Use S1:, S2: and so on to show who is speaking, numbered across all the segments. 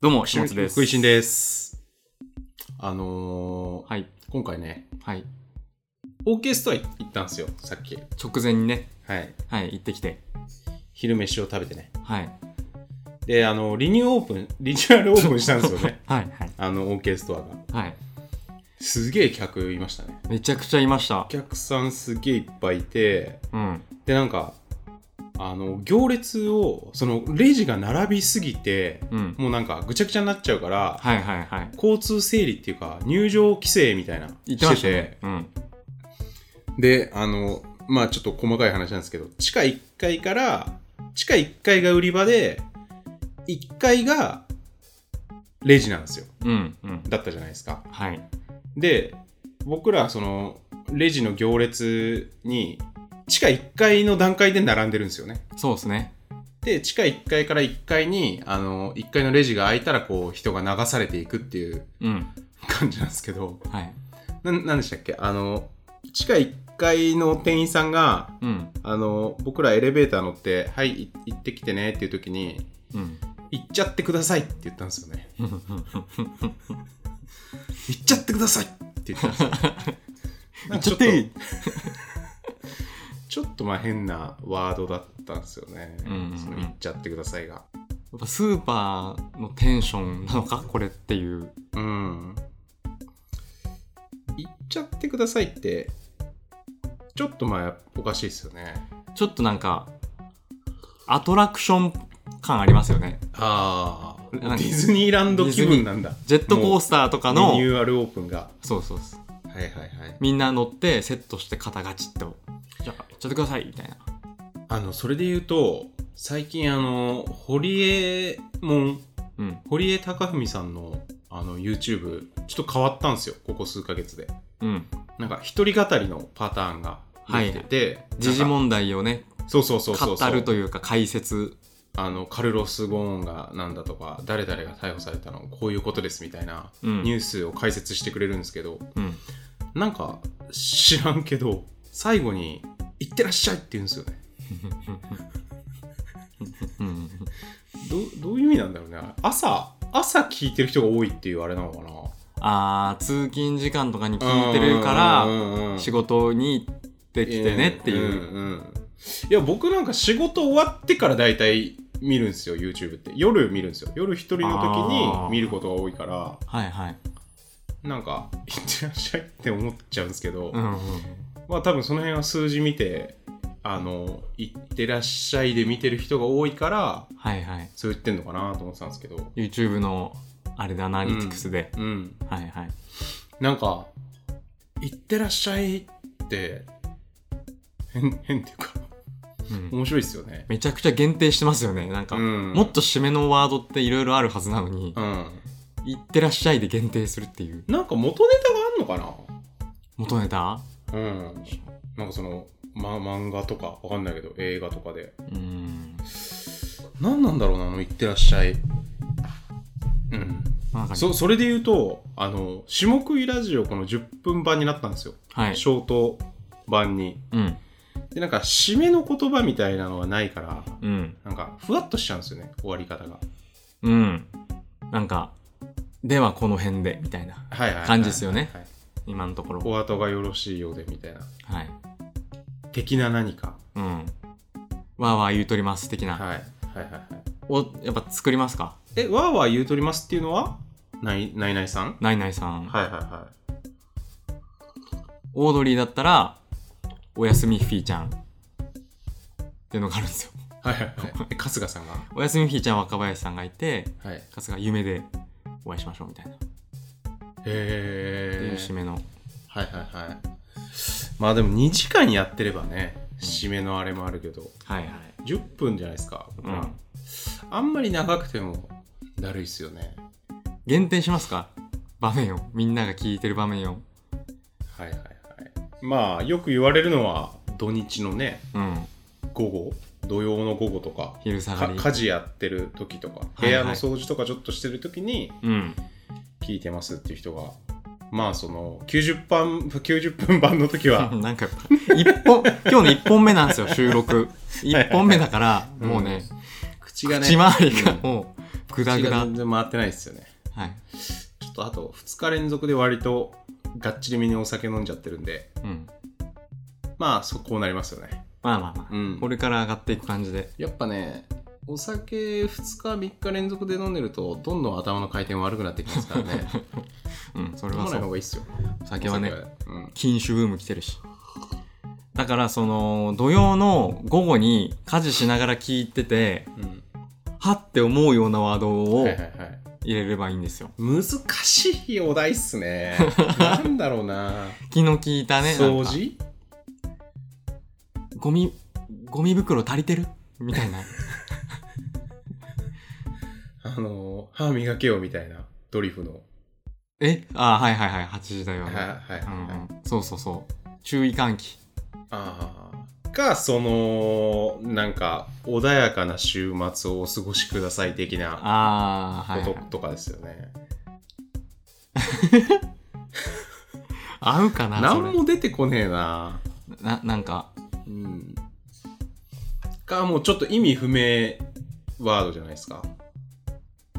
S1: どうも、下津です。
S2: 食いしんです。あのー
S1: はい。
S2: 今回ね、
S1: はい。
S2: オーケーストア行ったんですよ、さっき。
S1: 直前にね、
S2: はい。
S1: はい、行ってきて。
S2: 昼飯を食べてね。
S1: はい。。
S2: で、あの、リニューオープン、リニューアルオープンしたんですよね
S1: はい、はい。
S2: あの、オーケーストアが。
S1: はい。
S2: すげえ客いましたね。
S1: めちゃくちゃいました
S2: お。客さんすげえいっぱいいて、
S1: うん。
S2: で、なんか、あの、行列を、その、レジが並びすぎて、
S1: うん。
S2: もうなんか、ぐちゃぐちゃになっちゃうから、
S1: はい、はい、はい。
S2: 交通整理っていうか、入場規制みたいな、
S1: 行ってましたね。うん。
S2: であのまあちょっと細かい話なんですけど地下1階から地下1階が売り場で1階がレジなんですよ
S1: うん、うん。
S2: だったじゃないですか
S1: はい。
S2: で僕らそのレジの行列に地下1階の段階で並んでるんですよね
S1: そうですね。
S2: で地下1階から1階にあの1階のレジが開いたらこう人が流されていくっていう
S1: うん。
S2: 感じなんですけど
S1: はい。
S2: ななんでしたっけあの地下1階の店員さんが
S1: うん。
S2: あの僕らエレベーター乗って「はいい行ってきてね」っていう時に
S1: うん。
S2: 「行っちゃってください」って言ったんですよね
S1: うんうん
S2: 「行っちゃってください」って言ったんですよ
S1: 行っ ちゃってい
S2: なん
S1: い
S2: かちょっとちょっとまあ変なワードだったんですよね、
S1: うんうんうん
S2: その行っちゃってくださいが
S1: やっぱスーパーのテンションなのかこれっていう。
S2: うん行っちゃってくださいってちょっとまあおかしいですよね
S1: ちょっとなんか、アトラクション感ありますよね。
S2: ああデ
S1: なんか
S2: ィズニーランド気分なんだ
S1: ジェットコースターとかの
S2: リニ、ューアルオープンが
S1: そうそうそう。
S2: はいはいはい
S1: みんな乗ってセットして肩ガチッとじゃあ行っちゃってくださいみたいな
S2: あの、それで言うと、最近あの、堀江門、
S1: うん
S2: 堀江貴文さんのあの YouTube、ちょっと変わったんですよ、ここ数ヶ月で。
S1: うん
S2: なんか、一人語りのパターンが出てて、
S1: 時事
S2: なん
S1: 問題をね
S2: かそうそうそうそう
S1: 語るというか解説
S2: あの、カルロス・ゴーンがなんだとか、誰々が逮捕されたの、こういうことですみたいな
S1: うん
S2: ニュースを解説してくれるんですけど、
S1: うん
S2: なんか、知らんけど、最後に、行ってらっしゃいって言うんですよね。
S1: うん
S2: どどういう意味なんだろうね朝朝聞いてる人が多いっていうあれなのかな
S1: あー通勤時間とかに聞いてるから
S2: ら
S1: 仕事に行ってきてねっていう、
S2: んうんいや僕なんか仕事終わってから大体見るんですよ YouTube って夜見るんですよ夜一人の時
S1: あー
S2: に見ることが多いから
S1: はいはい
S2: なんか「いってらっしゃい」って思っちゃうんですけど、
S1: うんうん
S2: まあ多分その辺は数字見てあの「いってらっしゃい」で見てる人が多いから
S1: はいはい
S2: そう言ってんのかなと思ってたんですけど
S1: YouTube のあれでアナリティクスで、
S2: うん
S1: はいはい
S2: なんか、行ってらっしゃいって、変、変っていうか、
S1: うん
S2: 面白いですよね。
S1: めちゃくちゃ限定してますよねなんか、
S2: うん
S1: もっと締めのワードっていろいろあるはずなのに
S2: うん。
S1: 「行ってらっしゃい」で限定するっていう
S2: なんか元ネタがあんのか
S1: 元ネタ
S2: なうん。なんかその、ま、漫画とか、わかんないけど、映画とかで。
S1: うん
S2: 何なんだろうな、あの、行ってらっしゃい。うん。
S1: なんかね
S2: そ、それで言うと、あの、下食いラジオ、この10分版になったんですよ。
S1: はい
S2: ショート版に。
S1: うん
S2: で、なんか、締めの言葉みたいなのはないから、
S1: うん
S2: なんか、ふわっとしちゃうんですよね、終わり方が。
S1: うんなんかではこの辺でみたいな
S2: はいはいはい
S1: 感じですよね
S2: はい
S1: 今のところ
S2: お後がよろしいようでみたいな
S1: はい
S2: 的な何か
S1: うんわーわー言うとります的な、
S2: はいはいはいはい
S1: をやっぱ作りますか
S2: えわーわー言うとりますっていうのはないないないさん
S1: ナイナイさん、
S2: はいはいは
S1: オードリーだったらおやすみフィーちゃんっていうのがあるんですよ
S2: いはいはいはいえ春日さんが
S1: おやすみフィーちゃん若林さんがいて
S2: はいへ
S1: 春日夢でお会いしましょうみたいな、ってい
S2: え
S1: う締めの
S2: はいはいはいまあでも2時間やってればね締めのあれもあるけど
S1: はいはい
S2: 10分じゃないですか、
S1: うん
S2: あんまり長くてもだるいっすよね
S1: 限定しますか場面をみんなが聞いてる場面を
S2: はいはいはいまあよく言われるのは土日のね
S1: うん
S2: 午後土曜の午後とか
S1: 昼下が
S2: か
S1: り
S2: 家事やってる時とか
S1: い
S2: 部屋の掃除とかちょっとしてる時に
S1: うん
S2: 聞いてますっていう人が、まあその90分 ,90 分版の時は
S1: なんかやっぱ一本 今日の一本目なんですよ収録一本目だから
S2: うん
S1: もうね
S2: 口
S1: 口周りが
S2: うん
S1: もうグダ
S2: 血
S1: グ
S2: が
S1: ダ
S2: 全然回ってないですよね。
S1: はい
S2: ちょっとあと2日連続で割とがっちりめにお酒飲んじゃってるんで、
S1: うん
S2: まあそうこうなりますよね。
S1: まあまあまあ、
S2: うん
S1: これから上がっていく感じで
S2: やっぱね、お酒2日3日連続で飲んでると、どんどん頭の回転悪くなってきますから ね。
S1: うんそれ
S2: 飲
S1: は
S2: ま
S1: そ
S2: ない方
S1: う
S2: がいいっすよ。
S1: 酒はね
S2: お酒はうん。
S1: 禁酒ブーム来てるしだからその土曜の午後に家事しながら聞いてて
S2: うん
S1: はって思うようなワードを
S2: はいはいはい。
S1: 入れればいいんですよ
S2: 難しいお題っす ね。なんだろうな。
S1: 気の利いたねなん
S2: 掃
S1: か
S2: 除
S1: ゴミゴミ袋足りてるみたいな
S2: あの、歯磨けよみたいなドリフの。
S1: えあはいはいはい8時だよ
S2: はい
S1: ね、
S2: はいはい。
S1: うんうんそうそうそう注意喚起
S2: ああ。か、その、なんか、穏やかな週末をお過ごしください的な
S1: ああ
S2: こ
S1: はい、は
S2: と
S1: い、
S2: とかですよね。
S1: 合うかな
S2: な
S1: そ
S2: ん
S1: れ
S2: も出てこねえな。
S1: ななんか
S2: うん。か、もうちょっと意味不明ワードじゃないですか。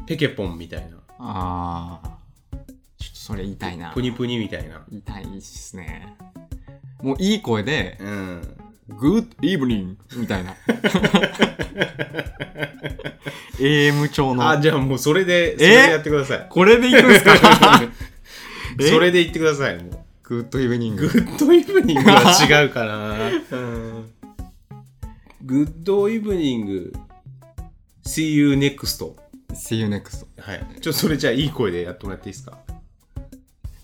S2: ペケポンみたいな。
S1: ああちょっとそれ言いたいな
S2: プニプニみたいな。
S1: 言いたいですねもういい声で
S2: うん。
S1: 「Good evening」みたい な AM 調
S2: あ、
S1: の
S2: じゃあもうそれ
S1: え
S2: で、それでやってください。
S1: これでいくんす かえ
S2: それで言ってください。も
S1: グッドイブニン
S2: うグ
S1: グ
S2: ッドイブニングは違う かな。グッドイブニング、See you next.
S1: See you next
S2: はい。ちょっとそれじゃあいい声でやってもらっていいで すか。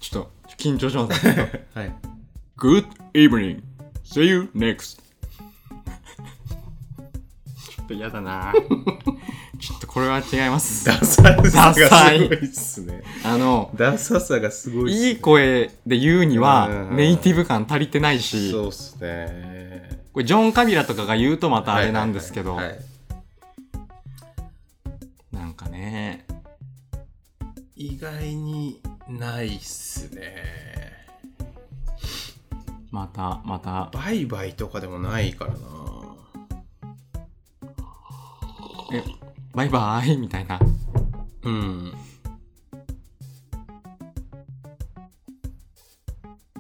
S1: ちょっと緊張しますね
S2: はい。
S1: Good evening See you next ちょっと嫌だな ちょっとこれは違います
S2: ダサさがす
S1: ダサい
S2: ごいっすね。
S1: あの
S2: ダサさがすごいっすね。
S1: いい声で言うには
S2: うん
S1: ネイティブ感足りてないし
S2: そうっすね。
S1: これジョン・カビラとかが言うとまたあれなんですけど、
S2: はいはいはいはい
S1: なんかね
S2: 意外にないっすね。
S1: またまた
S2: バイバイとかでもないからな。
S1: えバイバーイみたいな
S2: うん。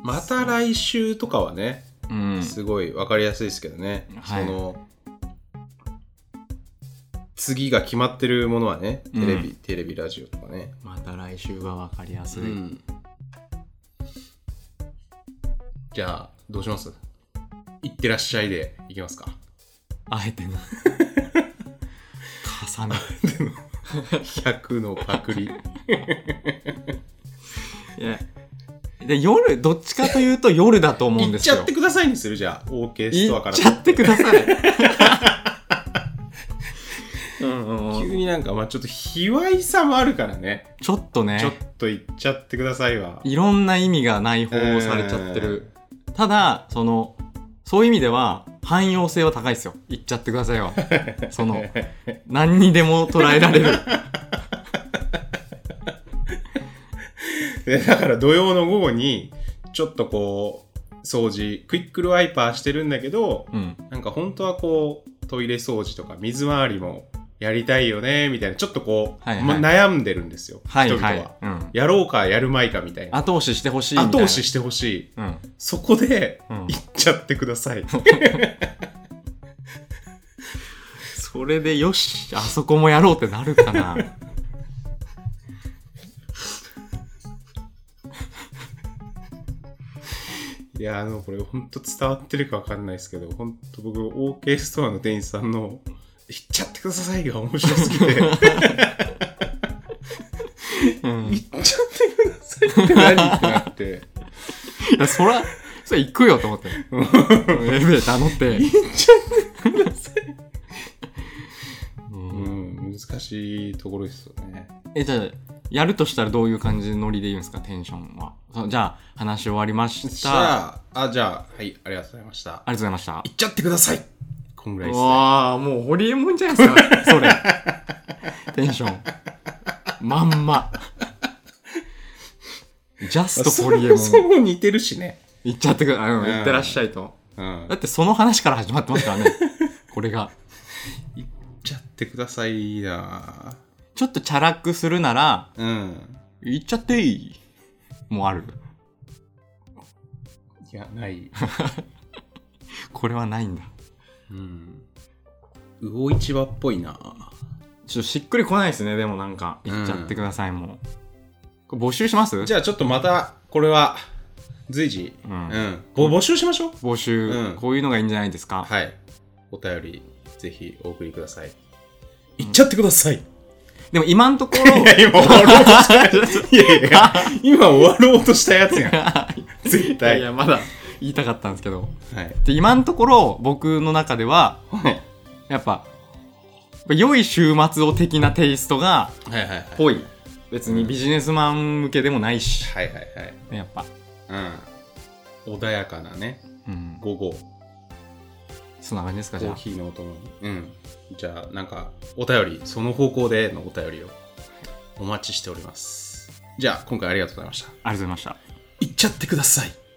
S2: また来週とかはね、
S1: うん
S2: すごい分かりやすいですけどね、
S1: はい
S2: その次が決まってるものはねテレビ、
S1: うん
S2: テレビラジオとかね、
S1: また来週が分かりやすい、
S2: うんじゃあどうしますいってらっしゃいでいきます か
S1: あえて の重ね
S2: 100のパクリ
S1: いやで夜どっちかというと夜だと思うん
S2: いっ
S1: です
S2: ちゃ
S1: よ
S2: ってくださいにするじゃあ OK ストアから
S1: 行っちゃってくださ いうんうんうん
S2: 急になんかまあちょっと卑猥さもあるからね
S1: ちょっとね
S2: ちょっと言っちゃってくださいわ。
S1: いろんな意味が内包されちゃってる、ただそのそういう意味では汎用性は高いですよ言っちゃってください はその何にでも捉えられる
S2: で だから土曜の午後に、ちょっとこう、掃除、クイックルワイパーしてるんだけど、
S1: うん
S2: なんか本当はこう、トイレ掃除とか水回りもやりたいよね、みたいな、ちょっとこう、
S1: はいはい
S2: ま悩んでるんですよ。
S1: はい
S2: 人々
S1: は
S2: は。
S1: い、うん、
S2: やろうか、やるまいかみたいな。
S1: 後押ししてほしいみたいな
S2: 後押ししてほしい。
S1: うん
S2: そこで、
S1: うん
S2: 行っちゃってください。
S1: それでよしあそこもやろうってなるかな
S2: いや、あの、これ本当伝わってるかわかんないですけど、本当僕、OK ストアの店員さんの、行っちゃってくださいが面白すぎ て。
S1: うんい
S2: 行っちゃってくださいって何ってなって。
S1: やそらそれ行くよと思 ってエレベーター乗って
S2: 行っちゃって。
S1: うん
S2: うん、難しいところですよね。
S1: えじゃあやるとしたらどういう感じのノリで言うんですかテンションはそうじゃあ話終わりまし
S2: じ
S1: たあ
S2: ゃあ、あ、じゃあ、はい、ありがとうございました。
S1: りがとうございました
S2: 行っちゃってくださいこんぐらいです、ね。
S1: わあもうホリエモンじゃないですか それテンションまんまジャ ストホリエモン
S2: そもそも似てるしね。
S1: 言っちゃってくだ
S2: うん
S1: 言ってらっしゃいと
S2: うん
S1: だ。ってその話から始まってますからねこれが
S2: 行っちゃってくださいだ。
S1: ちょっとチャラくするなら、
S2: うん。
S1: 行っちゃっていいもうある。
S2: いや、 ない。
S1: これはないんだ。
S2: うん。魚市場っぽいな。
S1: ちょっとしっくりこないですね、でもなんか。
S2: うん
S1: 行っちゃってください、もう。これ募集します
S2: じゃあちょっとまた、これは、随時、
S1: う
S2: うんん。ぼ募集しましょう。
S1: 募集、
S2: うん
S1: こういうのがいいんじゃないですか。
S2: はい。お便り、ぜひお送りください。いっちゃってください。
S1: でも今のところ、
S2: いや、今終わ ろうとした。いやいや、今終わろうとしたやつやん。絶
S1: いや
S2: 対。
S1: い
S2: は
S1: や、まだ言いたかったんですけど。
S2: い。
S1: で今のところ、僕の中では、
S2: はい
S1: やっぱ、良い週末を的なテイストが、
S2: はいはい。
S1: ぽい。別にビジネスマン向けでもないし、
S2: はいはい
S1: やっぱ。
S2: はい。うん。穏やかなね、
S1: うん。
S2: 午後、
S1: そんな感じですか、
S2: コ
S1: じゃ
S2: ー
S1: あ。
S2: ヒーのお供に。うん。じゃあ、なんか、お便り、その方向でのお便りをお待ちしております。じゃあ、今回ありがとうございました。
S1: ありがとうございました。
S2: いっちゃってください。